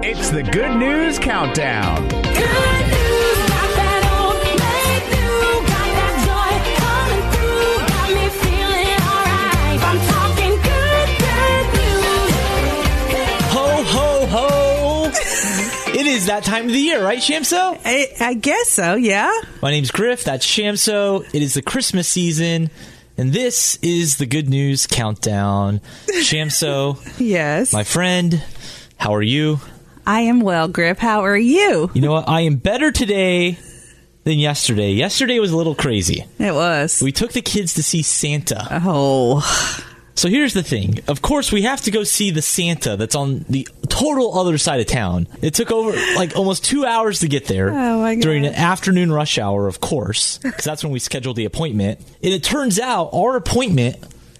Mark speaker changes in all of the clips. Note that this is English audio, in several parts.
Speaker 1: It's the Good News Countdown.
Speaker 2: Good news, got that old make new, got that joy coming through, got me feeling alright. I'm talking good, good news.
Speaker 3: Ho, ho, ho. it is that time of the year, right, Shamso?
Speaker 4: I, I guess so. Yeah.
Speaker 3: My name's Griff. That's Shamso. It is the Christmas season. And this is the good news countdown. Shamso,
Speaker 4: Yes.
Speaker 3: my friend, how are you?
Speaker 4: I am well, Griff. How are you?
Speaker 3: You know what? I am better today than yesterday. Yesterday was a little crazy.
Speaker 4: It was.
Speaker 3: We took the kids to see Santa.
Speaker 4: oh.
Speaker 3: So here's the thing. Of course, we have to go see the Santa that's on the total other side of town. It took over like almost two hours to get there
Speaker 4: Oh, my
Speaker 3: during an
Speaker 4: gosh.
Speaker 3: afternoon rush hour, of course, because that's when we scheduled the appointment. And it turns out our appointment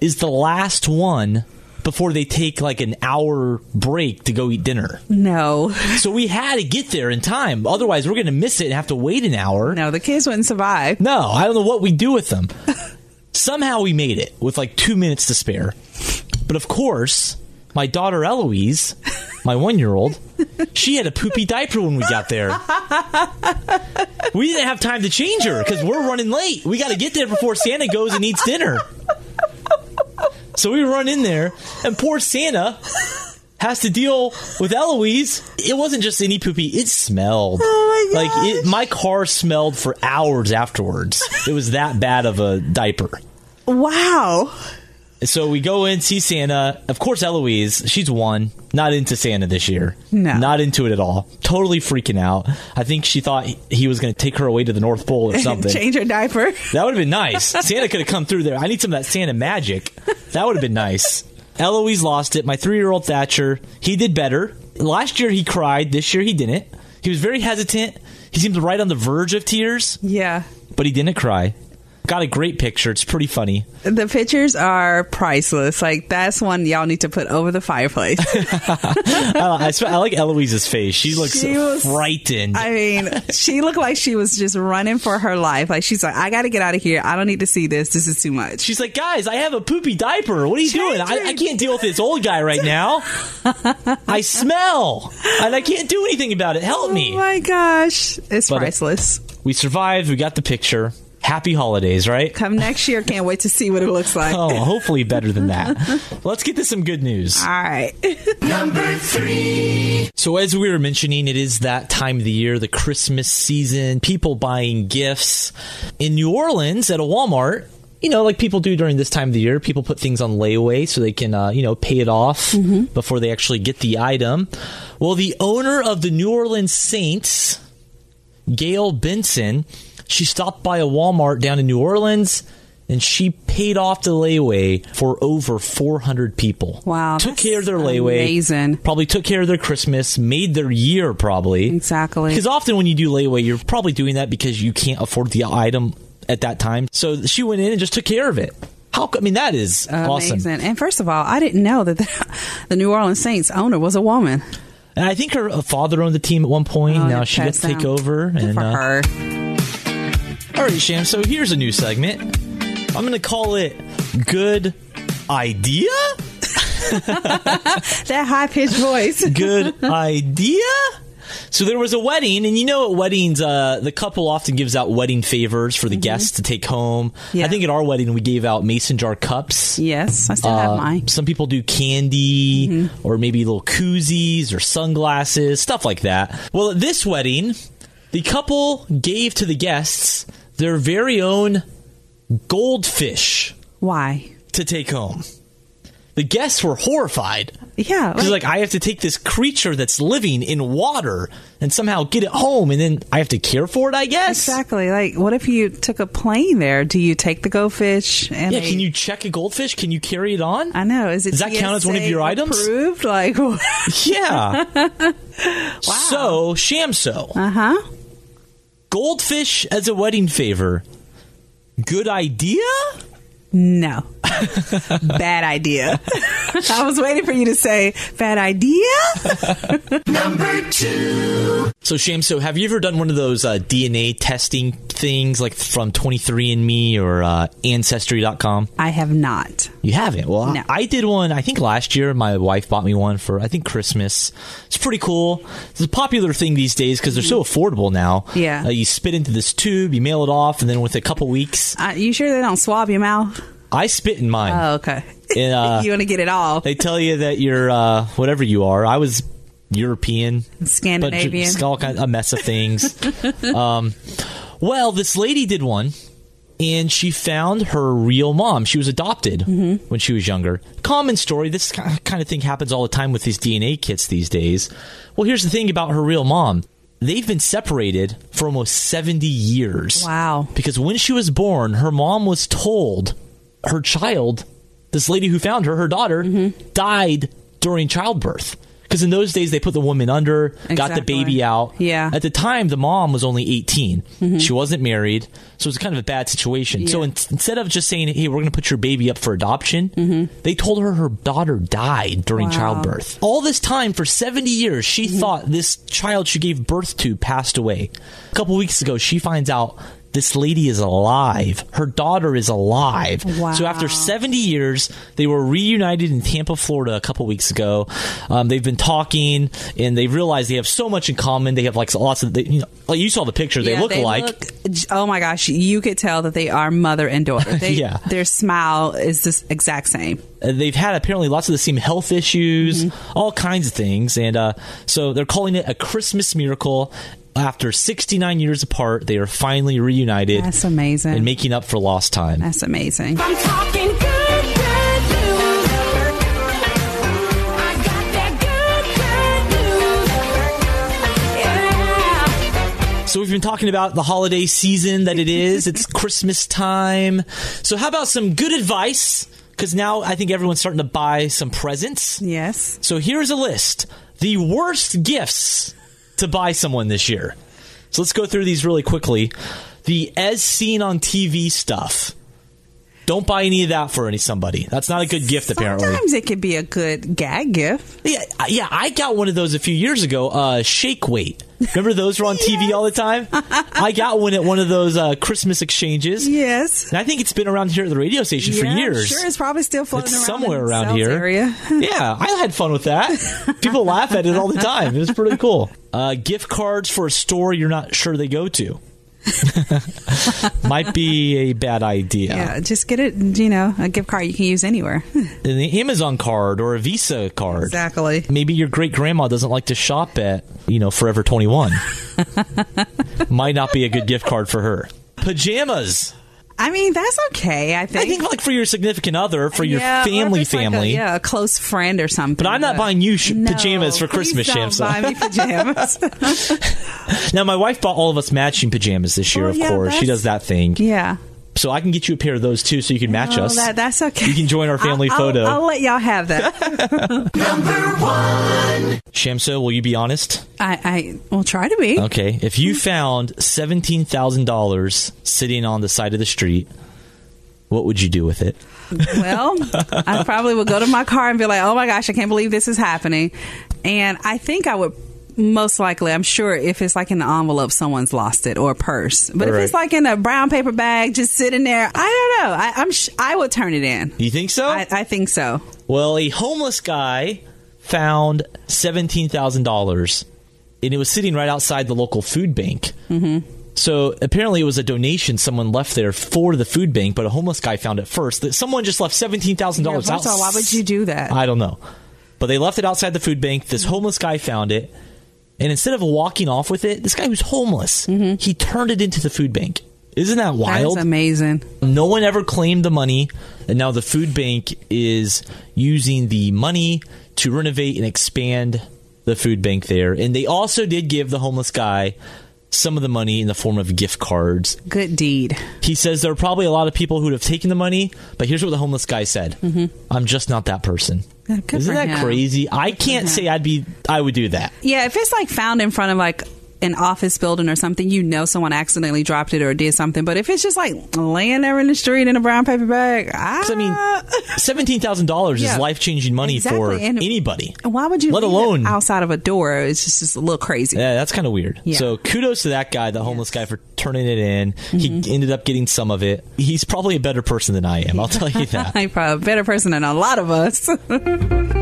Speaker 3: is the last one before they take like an hour break to go eat dinner.
Speaker 4: No.
Speaker 3: So we had to get there in time. Otherwise, we're going to miss it and have to wait an hour.
Speaker 4: No, the kids wouldn't survive.
Speaker 3: No, I don't know what we do with them. Somehow we made it with like two minutes to spare. But of course, my daughter Eloise, my one year old, she had a poopy diaper when we got there. We didn't have time to change her because we're running late. We got to get there before Santa goes and eats dinner. So we run in there, and poor Santa has to deal with Eloise. It wasn't just any poopy; it smelled.
Speaker 4: Oh my
Speaker 3: Like it, my car smelled for hours afterwards. It was that bad of a diaper.
Speaker 4: Wow.
Speaker 3: So we go in, see Santa. Of course, Eloise, she's one, not into Santa this year.
Speaker 4: No.
Speaker 3: Not into it at all. Totally freaking out. I think she thought he- he was going to take her away to the North Pole or something.
Speaker 4: Change her diaper.
Speaker 3: That would have been nice. Santa could have come through there. I need some of that Santa magic. That would have been nice. Eloise lost it. My three year old Thatcher, he did better. Last year he cried. This year he didn't. He was very hesitant. He seemed right on the verge of tears,
Speaker 4: Yeah.
Speaker 3: but he didn't cry. Got a great picture. It's pretty funny.
Speaker 4: The pictures are priceless. Like that's one y'all need to put over the fireplace.
Speaker 3: I, I, sp- I like Eloise's face. She looks
Speaker 4: She was-
Speaker 3: frightened.
Speaker 4: I mean, she looked like she was just running for her life. Like she's like, I got to get out of here. I don't need to see this. This is too much.
Speaker 3: She's like, guys, I have a poopy diaper. What are you doing? I, I can't deal with this old guy right now. I smell, and I can't do anything about it. Help me.
Speaker 4: Oh my gosh, it's
Speaker 3: But-
Speaker 4: priceless.
Speaker 3: We survived. We got the picture. Happy holidays, right?
Speaker 4: Come next year, can't wait to see what it looks like.
Speaker 3: Oh, hopefully better than that. Let's get to some good news.
Speaker 4: All right.
Speaker 3: So, as we were mentioning, it is that time of the year, the Christmas season, people buying gifts. In New Orleans at a Walmart, you know, like people do during this time of the year, people put things on layaway so they can, uh, you know, pay it off
Speaker 4: Mm-hmm.
Speaker 3: before they actually get the item. Well, the owner of the New Orleans Saints, Gail Benson, she stopped by a Walmart down in New Orleans. And she paid off the layaway for over 400 people.
Speaker 4: Wow,
Speaker 3: Took
Speaker 4: that's
Speaker 3: care of their layaway.
Speaker 4: amazing.
Speaker 3: Probably took care of their Christmas, made their year probably.
Speaker 4: Exactly.
Speaker 3: Because often when you do layaway, you're probably doing that because you can't afford the item at that time. So she went in and just took care of it. How? co- I mean, that is awesome.
Speaker 4: Amazing. And first of all, I didn't know that the, the New Orleans Saints owner was a woman.
Speaker 3: And I think her uh, father owned the team at one point.
Speaker 4: Oh,
Speaker 3: now
Speaker 4: that
Speaker 3: she got to
Speaker 4: passed
Speaker 3: take
Speaker 4: down.
Speaker 3: over.
Speaker 4: Good
Speaker 3: and
Speaker 4: for
Speaker 3: uh,
Speaker 4: her.
Speaker 3: all right, Sham. So here's a new segment. I'm going to call it "Good Idea."
Speaker 4: That high pitched voice.
Speaker 3: Good idea. So there was a wedding, and you know at weddings, uh, the couple often gives out wedding favors for the guests to take home.
Speaker 4: Mm-hmm. Yeah.
Speaker 3: I think at our wedding we gave out mason jar cups.
Speaker 4: yes, I still have
Speaker 3: Uh,
Speaker 4: mine. Mm-hmm.
Speaker 3: Some people do candy or maybe little koozies or sunglasses, stuff like that. Well, at this wedding, the couple gave to the guests their very own goldfish
Speaker 4: Why?
Speaker 3: to take home. The guests were horrified.
Speaker 4: Yeah.
Speaker 3: She's like, I have to take this creature that's living in water and somehow get it home, and then I have to care for it, I guess.
Speaker 4: Exactly. Like, what if you took a plane there? Do you take the goldfish? And
Speaker 3: Yeah,
Speaker 4: they-
Speaker 3: can you check a goldfish? Can you carry it on?
Speaker 4: I know. Is it
Speaker 3: Does that count as one of
Speaker 4: TSA
Speaker 3: your items?
Speaker 4: Approved? Like,
Speaker 3: Yeah. So, Shamso,
Speaker 4: uh huh.
Speaker 3: goldfish as a wedding favor. Good idea?
Speaker 4: No. Bad idea. I was waiting for you to say bad idea.
Speaker 3: So Shame, so have you ever done one of those uh, DNA testing things like from 23andMe or uh, Ancestry.com?
Speaker 4: I have not.
Speaker 3: You haven't. Well, I-
Speaker 4: No.
Speaker 3: I did one. I think last year my wife bought me one for I think Christmas. It's pretty cool. It's a popular thing these days because they're so affordable now.
Speaker 4: Yeah.
Speaker 3: Uh, you spit into this tube, you mail it off, and then with a couple weeks,
Speaker 4: Uh, you sure they don't swab your mouth?
Speaker 3: I spit in mine.
Speaker 4: Oh, okay.
Speaker 3: And, uh,
Speaker 4: you want to get it all
Speaker 3: they tell you that you're uh, whatever you are. I was European,
Speaker 4: Scandinavian.
Speaker 3: bunch of, all kind a mess of things. um, well, this lady did one, and she found her real mom. She was adopted
Speaker 4: Mm-hmm.
Speaker 3: when she was younger. Common story. This ki- kind of thing happens all the time with these DNA kits these days. Well, here's the thing about her real mom. They've been separated for almost 70 years.
Speaker 4: Wow.
Speaker 3: Because when she was born, her mom was told her child, this lady who found her, her daughter,
Speaker 4: Mm-hmm.
Speaker 3: died during childbirth. Because in those days, they put the woman under, got the
Speaker 4: Exactly.
Speaker 3: baby out.
Speaker 4: Yeah. Mm-hmm.
Speaker 3: At the time, the mom was only 18. She wasn't married. So it was kind of a bad situation. So
Speaker 4: Yeah.
Speaker 3: in- instead of just saying, hey, we're going to put your baby up for adoption, they told her her daughter died during
Speaker 4: Mm-hmm. Wow. Mm-hmm.
Speaker 3: childbirth. All this time, for 70 years, she thought this child she gave birth to passed away. A couple weeks ago, she finds out this lady is alive. Her daughter is alive.
Speaker 4: Wow.
Speaker 3: So after 70 years, they were reunited in Tampa, Florida, a couple weeks ago. Um, they've been talking, and they've realized they have so much in common. They have like lots of, they, you know, like you saw the picture. They
Speaker 4: Yeah,
Speaker 3: look alike.
Speaker 4: look- oh my gosh, you could tell that they are mother and daughter. They,
Speaker 3: Yeah.
Speaker 4: Their smile is the exact same.
Speaker 3: Uh, They've had apparently lots of the same health issues,
Speaker 4: Mm-hmm.
Speaker 3: all kinds of things, and uh, so they're calling it a Christmas miracle. After 69 years apart, they are finally reunited
Speaker 4: That's amazing.
Speaker 3: and making up for lost time.
Speaker 4: That's amazing.
Speaker 2: I'm talking good, good news. I got that good, good news. Yeah.
Speaker 3: So we've been talking about the holiday season that it is. It's Christmas time. So how about some good advice? Because now I think everyone's starting to buy some presents.
Speaker 4: Yes.
Speaker 3: So here's a list: the worst gifts to buy someone this year. So let's go through these really quickly. The as seen on TV stuff. Don't buy any of that for any somebody. That's not a good gift, apparently.
Speaker 4: Sometimes it could be a good gag gift.
Speaker 3: Yeah, I- yeah, I got one of those a few years ago. Uh, shake weight. Remember those were on TV all the time? I got one at one of those uh, Christmas exchanges.
Speaker 4: Yes.
Speaker 3: And I think it's been around here at the radio station for
Speaker 4: Yeah, I'm
Speaker 3: years.
Speaker 4: Sure, it's probably still floating
Speaker 3: It's
Speaker 4: around
Speaker 3: somewhere
Speaker 4: in
Speaker 3: around
Speaker 4: Sal's
Speaker 3: here.
Speaker 4: Area.
Speaker 3: yeah, I had fun with that. People laugh at it all the time. It was pretty cool. Uh, gift cards for a store you're not sure they go to. Might be a bad idea.
Speaker 4: Yeah, just get it. You know, a gift card you can use anywhere.
Speaker 3: An Amazon card or a Visa card.
Speaker 4: exactly.
Speaker 3: maybe your great grandma doesn't like to shop at, you know, Forever 21. Might not be a good gift card for her. Pajamas.
Speaker 4: I mean, that's okay. I think.
Speaker 3: I think like for your significant other, for your
Speaker 4: Yeah, or if
Speaker 3: family
Speaker 4: it's like a-
Speaker 3: family.
Speaker 4: yeah, a close friend or something.
Speaker 3: But I'm not buying you sh-
Speaker 4: No,
Speaker 3: pajamas for
Speaker 4: please
Speaker 3: Christmas, Shamsa.
Speaker 4: don't Buy me pajamas.
Speaker 3: Now my wife bought all of us matching pajamas this year,
Speaker 4: Well,
Speaker 3: of
Speaker 4: Oh, yeah,
Speaker 3: course. She
Speaker 4: that's-
Speaker 3: does that thing.
Speaker 4: yeah.
Speaker 3: So I can get you a pair of those too so you can match
Speaker 4: Oh,
Speaker 3: us.
Speaker 4: that- that's okay.
Speaker 3: You can join our family
Speaker 4: I'll-
Speaker 3: photo.
Speaker 4: I'll, I'll let y'all have that.
Speaker 3: Shamsa, will you be honest?
Speaker 4: I, I will try to be.
Speaker 3: Okay. If
Speaker 4: Hmm?
Speaker 3: you found $17,000 sitting on the side of the street, what would you do with it?
Speaker 4: Well, I probably would go to my car and be like, "Oh my gosh, I can't believe this is happening," and I think I would. Most likely, I'm sure if it's like in an envelope, someone's lost it or a purse. But if
Speaker 3: Right.
Speaker 4: it's like in a brown paper bag, just sitting there, I don't know. I, I'm sh- I would turn it in.
Speaker 3: You think so?
Speaker 4: I, I think so.
Speaker 3: Well, a homeless guy found seventeen thousand dollars, and it was sitting right outside the local food bank. Mm-hmm. So apparently, it was a donation someone left there for the food bank, but a homeless guy found it first. That someone just left seventeen thousand dollars
Speaker 4: Yeah, first
Speaker 3: out.
Speaker 4: of all, why would you do that?
Speaker 3: I don't know, but they left it outside the food bank. This homeless guy found it, and instead of walking off with it, this guy who's homeless, he turned it into the food bank. Isn't that
Speaker 4: Mm-hmm. That
Speaker 3: wild?
Speaker 4: is amazing.
Speaker 3: No one ever claimed the money, and now the food bank is using the money to renovate and expand the food bank there. And they also did give the homeless guy some of the money in the form of gift cards.
Speaker 4: Good deed.
Speaker 3: He says there are probably a lot of people who would have taken the money, but here's what the homeless guy said: "I'm just not that person."
Speaker 4: Mm-hmm. Good for
Speaker 3: Isn't that
Speaker 4: him.
Speaker 3: crazy? I can't
Speaker 4: him.
Speaker 3: say I'd be. I would do that.
Speaker 4: Yeah, if it's like found in front of like an office building or something, you know someone accidentally dropped it or did something. But if it's just like laying there in the street in a brown paper bag, ah, I,
Speaker 3: 'Cause, I mean, seventeen thousand dollars
Speaker 4: Uh, Yeah.
Speaker 3: is life changing money for
Speaker 4: Exactly, and-
Speaker 3: anybody.
Speaker 4: why would you
Speaker 3: Let
Speaker 4: leave it
Speaker 3: alone
Speaker 4: outside of a door? It's just, just a little crazy.
Speaker 3: Yeah, that's kind of weird.
Speaker 4: Yeah.
Speaker 3: So kudos to that guy, the homeless guy, for turning it in.
Speaker 4: Mm-hmm.
Speaker 3: He ended up getting some of it. He's probably a better person than I am. I'll tell you that.
Speaker 4: I'm probably a better person than a lot of us.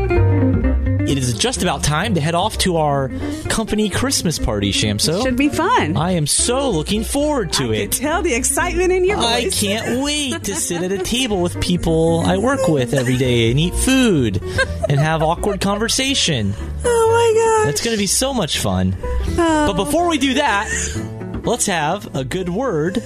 Speaker 3: it is just about time to head off to our company Christmas party, Shamso.
Speaker 4: Should be fun.
Speaker 3: Oh, I am so looking forward to
Speaker 4: You
Speaker 3: it.
Speaker 4: tell the excitement in your
Speaker 3: I
Speaker 4: voice.
Speaker 3: can't wait to sit at a table with people I work with every day and eat food and have awkward conversation.
Speaker 4: Oh my
Speaker 3: That's going to be so much fun.
Speaker 4: Oh.
Speaker 3: But before we do that, let's have a good word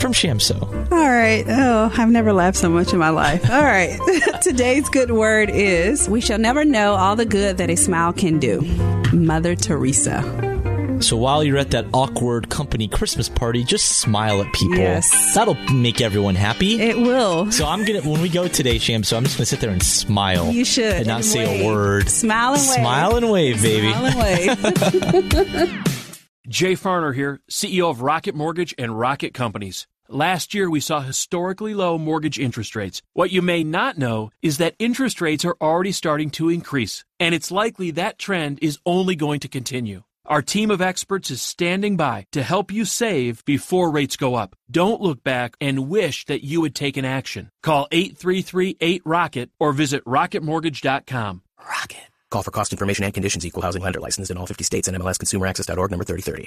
Speaker 3: from Shamso.
Speaker 4: All right. Oh, I've never laughed so much in my life. All right. Today's good word is we shall never know all the good that a smile can do. Mother Teresa.
Speaker 3: So while you're at that awkward company Christmas party, just smile at people.
Speaker 4: Yes.
Speaker 3: That'll make everyone happy.
Speaker 4: It will.
Speaker 3: so I'm gonna when we go today, Shamso, I'm just gonna sit there and smile.
Speaker 4: You should.
Speaker 3: and not
Speaker 4: And
Speaker 3: say
Speaker 4: wave.
Speaker 3: a word.
Speaker 4: Smile and wave.
Speaker 3: Smile and wave, baby.
Speaker 4: Smile away.
Speaker 5: Jay Farner here, CEO of Rocket Mortgage and Rocket Companies. Last year, we saw historically low mortgage interest rates. What you may not know is that interest rates are already starting to increase, and it's likely that trend is only going to continue. Our team of experts is standing by to help you save before rates go up. Don't look back and wish that you had taken action. Call 833-8ROCKET or visit rocketmortgage.com.
Speaker 6: Call for cost information and conditions equal housing lender licensed in all 50 states and MLSconsumerAccess.org number 3030.